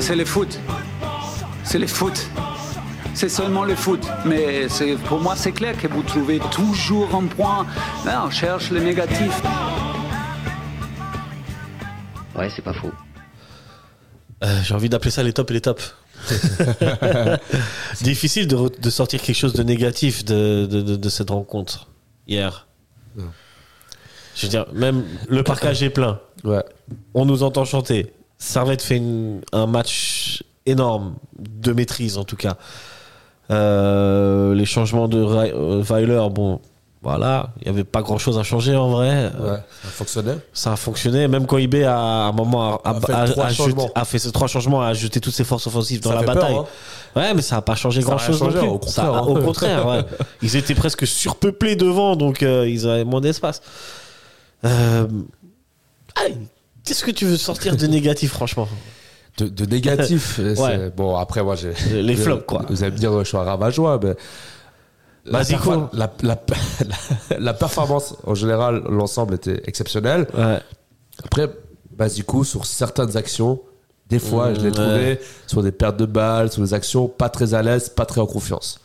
C'est le foot. C'est le foot. C'est seulement le foot. Mais c'est- pour moi, c'est clair que vous trouvez toujours un point. Là, on cherche le négatif. Ouais, c'est pas faux. Euh, J'ai envie d'appeler ça les tops et les tops. Difficile de, re- de sortir quelque chose de négatif de, de, de- de cette rencontre hier. Je veux dire, même le parcage est plein. Ouais. On nous entend chanter. Servette fait une- un match énorme, de maîtrise en tout cas. Euh, les changements de Ra- euh, Weiler, bon, voilà, il n'y avait pas grand chose à changer en vrai. Euh, Ouais. Ça fonctionnait. ça a fonctionné. Même quand eBay a, à un moment a, A fait trois changements. a fait ces trois changements, a jeté toutes ses forces offensives dans Ça la fait peur, bataille. hein. Ouais, mais ça n'a pas changé Ça a grand chose. rien changé, non au plus. contraire, Ça a- hein. au contraire, ouais. ils étaient presque surpeuplés devant, donc euh, ils avaient moins d'espace. Euh, aïe, Qu'est-ce que tu veux sortir de négatif, franchement De, de négatif. c'est- Ouais. Bon, après, moi, j'ai. Les flops, quoi. Bah, Vous allez me dire, je suis un ravageois, mais. La, Vas-y, quoi. perfor- la, la, la- la performance en général, l'ensemble était exceptionnel. Ouais. Après, Basico, sur certaines actions, des fois, Mmh, je l'ai trouvé ouais. sur des pertes de balles, sur des actions pas très à l'aise, pas très en confiance.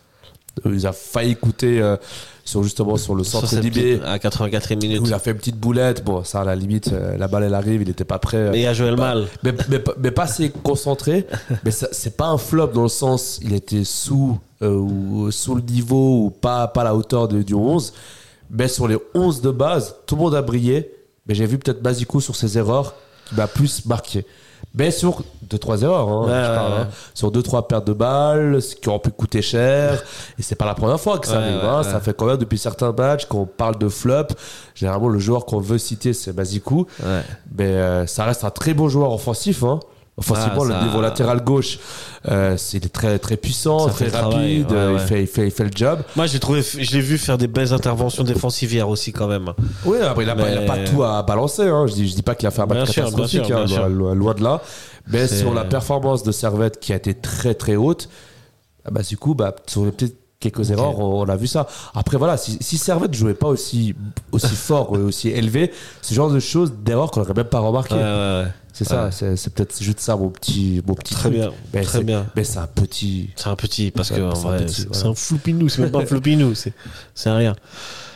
Euh, Il a failli coûter euh, sur justement sur le Sur centre cette d'Ibé, petite- à 84 minutes. où il a fait une petite boulette. Bon, ça, à la limite, euh, la balle, elle arrive, il n'était pas prêt. euh, Et à Joël Pas- Mal. Mais, mais pas- mais pas assez concentré. Mais ça- c'est pas un flop dans le sens il était sous, euh, ou, sous le niveau ou pas, pas à la hauteur de- du 11. Mais sur les 11 de base, tout le monde a brillé. Mais j'ai vu peut-être Basico sur ses erreurs qui m'a plus marqué. Mais sur 2-3 erreurs, hein, Ouais, je ouais, parle, ouais. hein. sur 2-3 pertes de balles, ce qui ont pu coûter cher. Et c'est pas la première fois que ça Ouais, arrive. ouais, hein. ouais. Ça fait quand même depuis certains matchs qu'on parle de flop. Généralement, le joueur qu'on veut citer, c'est Basico. Ouais. Mais euh, ça reste un très beau joueur offensif. Hein. Offensivement, Ah, ça- le niveau latéral gauche, euh, c'est- il est très, très puissant, Ça fait très le travail, rapide. ouais, euh, ouais. Il, fait, il, fait, il fait le job. Moi, je l'ai trouvé, je l'ai vu faire des belles interventions défensives hier aussi, quand même. Oui, après, il n'a Mais- pas, tout à balancer. Hein. Je dis, je dis pas qu'il a fait un Bien match sûr, catastrophique, bien sûr, hein, bien loin, sûr. loin- loin de là. Mais C'est- sur la performance de Servette qui a été très, très haute, ah bah, du coup, bah, sur les petites quelques erreurs, on, on a vu ça. Après, voilà, si, si Servette jouait pas aussi, aussi fort, euh, aussi élevé, ce genre de choses, d'erreurs qu'on n'aurait même pas remarqué. Ouais, ouais, ouais. C'est Ouais. ça, c'est c'est peut-être juste ça mon petit, mon petit Très truc. bien, Mais très c'est- bien. Mais c'est un petit. C'est un petit, parce Ouais, que en c'est un vrai, petit, c'est voilà. c'est un floupinou, c'est même pas un floupinou, c'est c'est rien.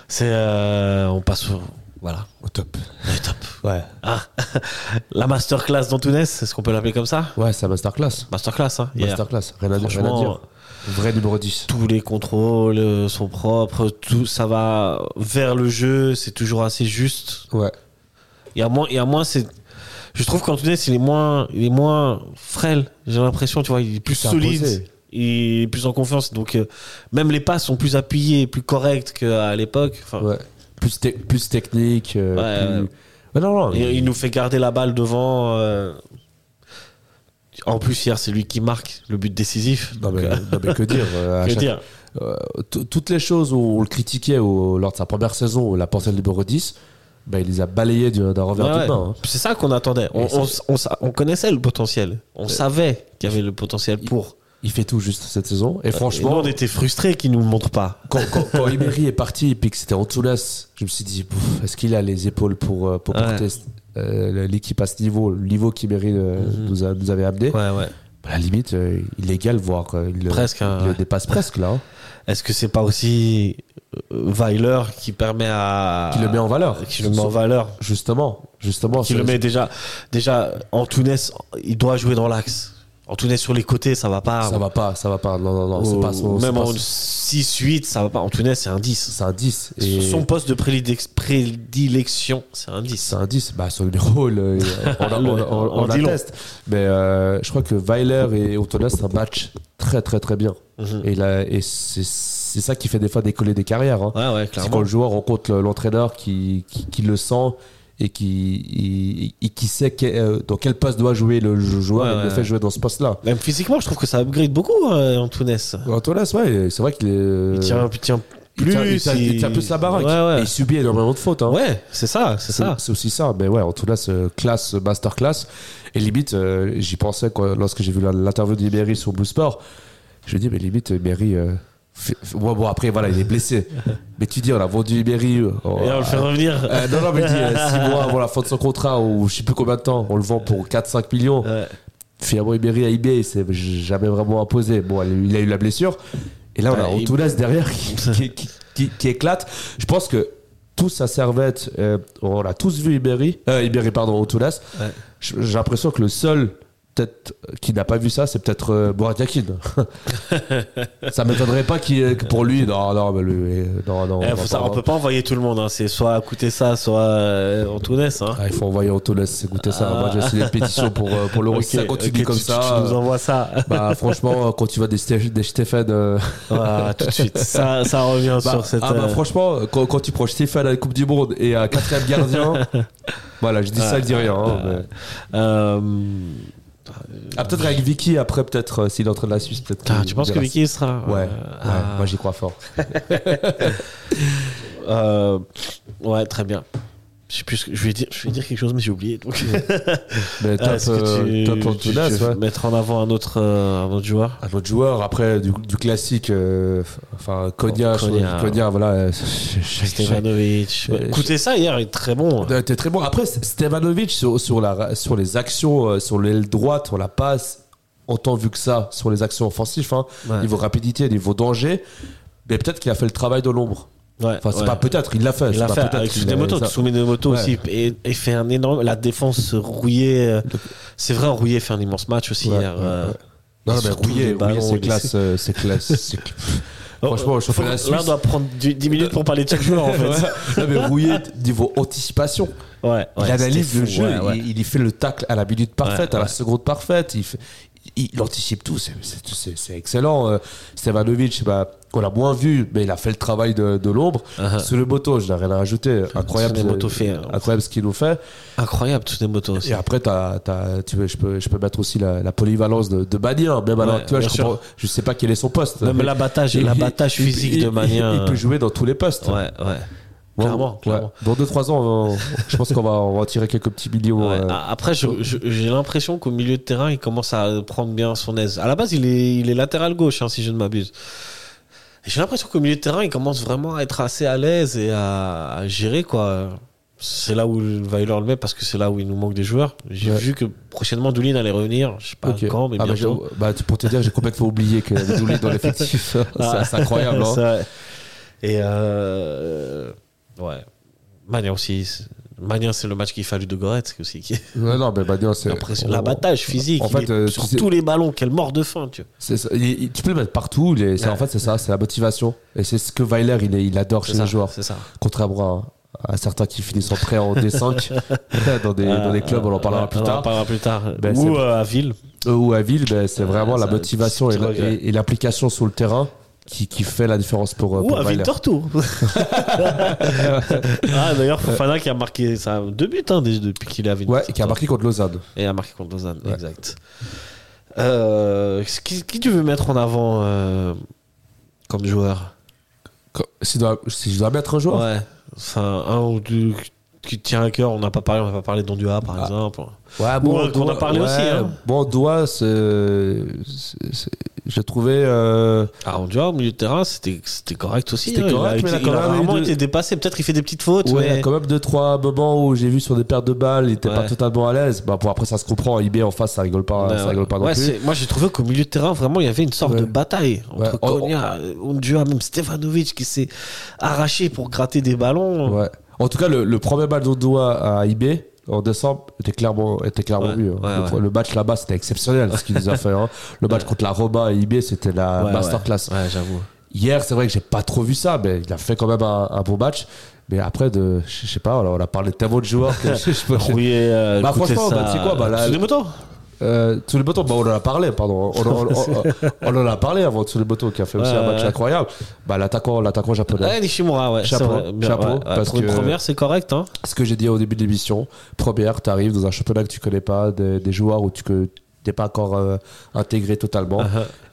C'est. euh, on passe au. Voilà. Au top. Le top. Ouais. Ah La masterclass d'Antunes, est-ce qu'on peut l'appeler comme ça Ouais, c'est un masterclass. Masterclass, hein hier. Masterclass. Rien à, dire, rien Franchement, à dire. Vrai numéro 10. Tous les contrôles euh, sont propres, tout ça va vers le jeu, c'est toujours assez juste. Ouais. Il y a moins, il y a moins c'est. Je trouve qu'Antunes, il est moins, il est moins frêle. J'ai l'impression, tu vois, il est plus Plus solide. imposé. Il est plus en confiance. Donc, euh, même les passes sont plus appuyées, plus correctes qu'à l'époque. Enfin, Ouais. Plus, te- plus technique. euh, Ouais, plus- ouais. Ouais, non, non. Et il nous fait garder la balle devant. euh. En plus, hier, c'est lui qui marque le but décisif. Non, mais, Donc, euh, non, mais que dire, euh, à que chaque- dire euh, tout- Toutes les choses où on le critiquait au- lors de sa première saison, la pensée le numéro 10, bah, il les a balayées du- d'un Ouais, revers de ouais. main. hein. C'est ça qu'on attendait. On, Et ça- on s- on sa- on connaissait le potentiel. On savait qu'il y avait le potentiel pour. Il fait tout juste cette saison. Et Et nous, franchement, on était frustrés qu'il nous le montre pas. quand, quand, quand Emery est parti et puis que c'était Antunes, je me suis dit, Pouf, est-ce qu'il a les épaules pour, euh, pour Ouais. porter euh, l'équipe à ce niveau, le niveau qu'Emery euh, nous, a- nous avait amené Mhm. Ouais, ouais. À la limite, euh, il égale, voire euh, il, le- Presque, hein, il le ouais. dépasse presque là. hein. Est-ce que c'est pas aussi euh, Weiler qui permet à. Qui le met en valeur. Ah. Qui le met en valeur. Justement, justement. Qui c'est- le met déjà. Déjà, Antunes, il doit jouer dans l'axe. Antunes sur les côtés, ça va pas. Ça va pas, ça va pas. Non, non, non, c'est Ah. Ou pas son. c'est même pas en son- 6-8, ça va pas. Antunes, c'est un 10. c'est un 10. Et Son poste de prédilex- prédilection, c'est un 10. C'est un 10. Bah, son numéro, le- on, on, on, on- On on dit long. atteste. Mais euh, je crois que Weiler et Otonas, c'est un match très, très, très bien. Mhm. Et, là, et c'est c'est ça qui fait des fois décoller des carrières. hein. Ouais, ouais, c'est quand clairement. le joueur rencontre le- l'entraîneur qui, qui, qui le sent et qui, et- et qui sait que- euh, dans quel poste doit jouer le joueur Ouais, et ouais. le fait jouer dans ce poste-là. Même physiquement, je trouve que ça upgrade beaucoup, euh, Antunes. Antonas, ouais, c'est vrai qu'il est- euh, Il tient, il tient il plus. tient- il tient- il il- tient plus la baraque. Et Ouais, il subit énormément de fautes. hein. ouais. ouais c'est ça, c'est ça. C'est aussi ça, mais ouais, en tout cas, ce classe, masterclass. Et limite, euh, j'y pensais quoi, lorsque j'ai vu la- l'interview d'Ibéry sur Blue Sport. Je me dis, mais limite, Ibéry, euh, Fait- Ouais, bon, après, voilà, il est blessé. Mais tu dis, on a vendu Iberi. euh, Et on le fait revenir. euh, non, non, mais je dis, 6 mois avant la fin de son contrat, ou je sais plus combien de temps, on le vend pour 4-5 millions. Ouais. Finalement, Iberi à eBay, il s'est jamais vraiment imposé. Bon, il a eu la blessure. Et là, on a Ouais, il- Antunas derrière qui, qui- qui- qui- qui éclate. Je pense que tout sa servette, euh, on a tous vu Iberi, euh, Iberi, pardon, Antunas. Ouais. J- J'ai l'impression que le seul peut-être qui n'a pas vu ça, c'est peut-être euh, Borat Yakin. ça m'étonnerait pas qu'il, que pour lui, non, non, mais lui, euh, non, non. Eh, on faut va ça- pas- on peut pas envoyer tout le monde. hein. C'est soit à coûter ça, soit euh, en Tunis. Hein. Ah, il faut envoyer Antonas goûter ça. Ah. Moi, j'ai essayé des pétitions pour, euh, pour l'euro. Ok, Si ça continue ok, comme tu- tu- ça. Tu nous envoies ça. Bah, franchement, euh, quand tu vois des, Sté- des Stéphane. euh, Ah, tout de suite. Ça, ça revient bah, sur cette. ah, bah, euh, franchement, quand, quand tu prends Stéphane à la Coupe du Monde et à quatrième gardien. voilà, je dis ça, je dis rien. Ah, hein, mais- euh, Ah, peut-être avec Vicky, après, peut-être, euh, s'il est en train de la Suisse, peut-être. putain, qu'il Ah, tu penses que verra Vicky il sera ça. Ouais, ouais, ah, moi, j'y crois fort. euh, ouais, très bien. Je sais plus ce que- je vais dire, je vais dire quelque chose mais j'ai oublié. Donc Mais top, Ah, est-ce que tu- euh, top tu- Antonas, tu veux ouais. mettre en avant un autre euh, un autre joueur. Un autre joueur, après, du, du classique, euh, enfin, Konya, je- Konya. Konya, voilà. euh, Stevanovic. Euh, Écoutez ça hier, il est très bon. Ouais, T'es très bon. Après, Stevanovic, sur, sur, la, sur les actions, euh, sur l'aile droite, on la passe, en tant vu que ça, sur les actions offensives, hein, Ouais. niveau rapidité, niveau danger. Mais peut-être qu'il a fait le travail de l'ombre. Ouais, Enfin, c'est ouais. pas peut-être, il l'a fait. Il c'est l'a pas fait peut-être, avec il Tsunemoto. l'a- Tsunemoto Ouais. aussi et, et fait un énorme. La défense rouillée. euh, C'est vrai, rouillé fait un immense match aussi Ouais, hier. ouais, euh, ouais. Non, et mais surtout les Rouillet, Rouillet, ballons, c'est les- classe. euh, C'est classe. c'est- Oh, Franchement, au championnat faut- suisse. Là, on doit prendre du- 10 minutes pour parler de chaque joueur en fait. non, mais Rouillet, niveau anticipation, Ouais, ouais, il analyse c'était le fou, jeu, ouais, ouais. Il, il y fait le tacle à la minute parfaite, Ouais, à la ouais. seconde parfaite, il, fait- il, il anticipe tout, c'est- c'est c'est- c'est excellent. Euh, Stevanovic, bah, qu'on a moins vu, mais il a fait le travail de, de l'ombre. Uh-huh. Sur le moto, je n'ai rien à rajouter. Ah, Incroyable, Tsunemoto euh, fait, euh, incroyable ce qu'il nous fait. Incroyable, Tsunemoto aussi. Et après, t'as- t'as- tu veux, je, peux, je peux mettre aussi la, la polyvalence de, de Bagnin. Même alors, tu vois, bien je, comprends- sûr. je sais pas quel est son poste. Même l'abattage- Il- l'abattage il- physique il- de Bagnin. Il, peut jouer dans tous les postes. Ouais, ouais. Bon, Clairement, ouais. clairement. Dans 2-3 ans, on va- je pense qu'on va, on va tirer quelques petits millions. Ouais. Ah, euh, A- Après, je- je- j'ai l'impression qu'au milieu de terrain, il commence à prendre bien son aise. À la base, il est, il est latéral gauche, hein, si je ne m'abuse. Et J'ai l'impression qu'au milieu de terrain, il commence vraiment à être assez à l'aise et à, à gérer, quoi. C'est là où le Weiler le met parce que c'est là où il nous manque des joueurs. J'ai Ouais. vu que prochainement Doulin allait revenir. Je sais pas Ok. quand, mais Ah, bah, bientôt. j'ai- bah, tu- pour te dire, j'ai complètement oublié qu'il y avait Dooley dans l'effectif. Ah. C'est- C'est incroyable. hein. C'est vrai. Et euh, ouais. Mania aussi. c'est- Mania, c'est le match qu'il fallu de Goretz aussi. qui- Ouais, non, mais Bagnon, c'est. Impression- on- L'abattage physique Euh, En il fait, est euh, sur tu sais- tous les ballons, quelle mort de faim, tu vois. c'est ça. Il- il- tu peux le mettre partout. il est- c'est- En fait, c'est ça, c'est la motivation. Et c'est ce que Weiler, il, est- il adore chez ça, les joueurs. C'est ça. Contrairement à, à certains qui finissent en prêt en D5 dans, des, dans des clubs, on en parlera Ah, Ouais, plus Euh, on en tard. parlera plus tard. Ben, c'est- Ou euh, à Ville. Eux ou à Ville, ben, c'est vraiment ça, la motivation et c'est la- vrai, ouais. et et l'implication sur le terrain qui, qui fait la différence pour, euh, Ou pour à Weiler. Ville Tour. ah, d'ailleurs, Fofana qui a marqué ça, deux buts hein, dès- depuis qu'il est à Ville Ouais, qui a marqué contre Lausanne. Et a marqué contre Lausanne, Ouais. exact. Euh, qui, qui tu veux mettre en avant euh, comme joueur Quand- Si, je dois- si je dois mettre un joueur, Ouais. Enfin, un ou deux qui te tient à cœur. On n'a pas parlé, on n'a pas parlé d'Ondua par Ah. exemple. Ouais, Ou, euh, qu'on Doua- a parlé aussi, hein. Bon, Doua, c'est- c'est- c'est- je trouvais. euh, Ah, on au milieu de terrain, c'était c'était correct aussi. C'était hein. Il correct, a mais il a été- quand il a même eu rarement deux- été dépassé. Peut-être il fait des petites fautes. ouais, il y mais- a quand même deux, trois moments où j'ai vu sur des pertes de balles, il était pas Ouais. totalement à l'aise. Bah, bon, après, ça se comprend. IB en face, ça rigole pas, Ouais, ça ouais. rigole pas non Ouais, plus. c'est- Moi, j'ai trouvé qu'au milieu de terrain, vraiment, il y avait une sorte Ouais. de bataille entre Ouais. Oh, Konya, Ondua, même Stefanovic qui s'est arraché pour gratter des ballons. Ouais. En tout cas, le, le premier match d'Ondoa à IB en décembre était clairement, était clairement Ouais, mieux. hein. ouais, le, ouais. le match là-bas, c'était exceptionnel ce qu'il nous a fait. hein. Le match contre la Roma à IB, c'était la Ouais, masterclass. Ouais, Ouais, j'avoue. Hier, c'est vrai que j'ai pas trop vu ça, mais il a fait quand même un, un bon match. Mais après, de, je sais pas, alors on a parlé de tellement de joueurs que je, je peux. Oui, euh, Bah, écoutez franchement, ça, bah, tu sais quoi, bah, là- sous les motos. Euh, Tsunemoto, bah, on en a parlé, pardon. On, en- on- on- on en a parlé avant Tsunemoto qui a fait aussi Ouais, un match ouais. incroyable. Bah, l'attaquant, l'attaquant japonais. Ouais, Nishimura, ouais. Chapeau, c'est vrai, bien, chapeau, ouais, ouais. parce Pour une que- première, c'est correct. Hein. Ce que j'ai dit au début de l'émission, première, t'arrives dans un championnat que tu connais pas, des, des joueurs où tu que t'es pas encore euh, intégré Uh-huh. totalement,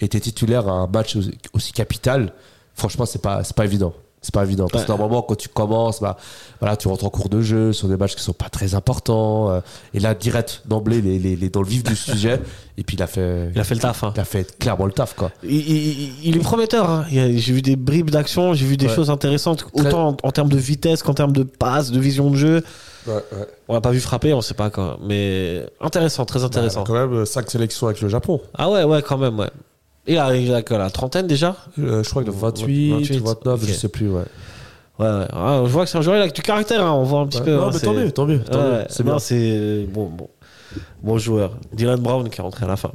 et t'es titulaire à un match aussi, aussi capital. Franchement, c'est pas, c'est pas évident. C'est pas évident. Parce que Ouais. normalement, quand tu commences, bah, voilà, tu rentres en cours de jeu sur des matchs qui sont pas très importants. euh, et là, direct, d'emblée, les, les, les- dans le vif du sujet. Et puis, il a fait, Il a fait le taf. hein. il a fait clairement le taf, quoi. Il, il- il est prometteur. hein. Il y a- J'ai vu des bribes d'action, j'ai vu des Ouais. choses intéressantes, autant en, en termes de vitesse qu'en termes de passe, de vision de jeu. On l'a pas vu frapper, on sait pas quand. Mais intéressant, très intéressant. Bah, Quand même, 5 sélections avec le Japon. Ah ouais, ouais, quand même, ouais. Il arrive à quoi, la trentaine déjà Euh, je crois que 28, 28, 29, ok. je sais plus, ouais. Ouais, ouais. Ah, je vois que c'est un joueur, il a que du caractère, hein, on voit un petit Ouais. peu. non, hein, mais c'est- tant mieux, tant mieux. tant Ouais, mieux, C'est non, bien. c'est bon, bon, bon joueur. Dylan Brown qui est rentré à la fin.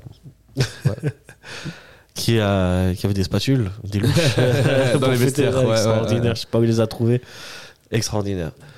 qui, a, qui avait des spatules, des louches. Dans les Pour fêter, vestiaires, ouais, ouais, extraordinaire. ouais. Je sais pas où il les a trouvés. Extraordinaire.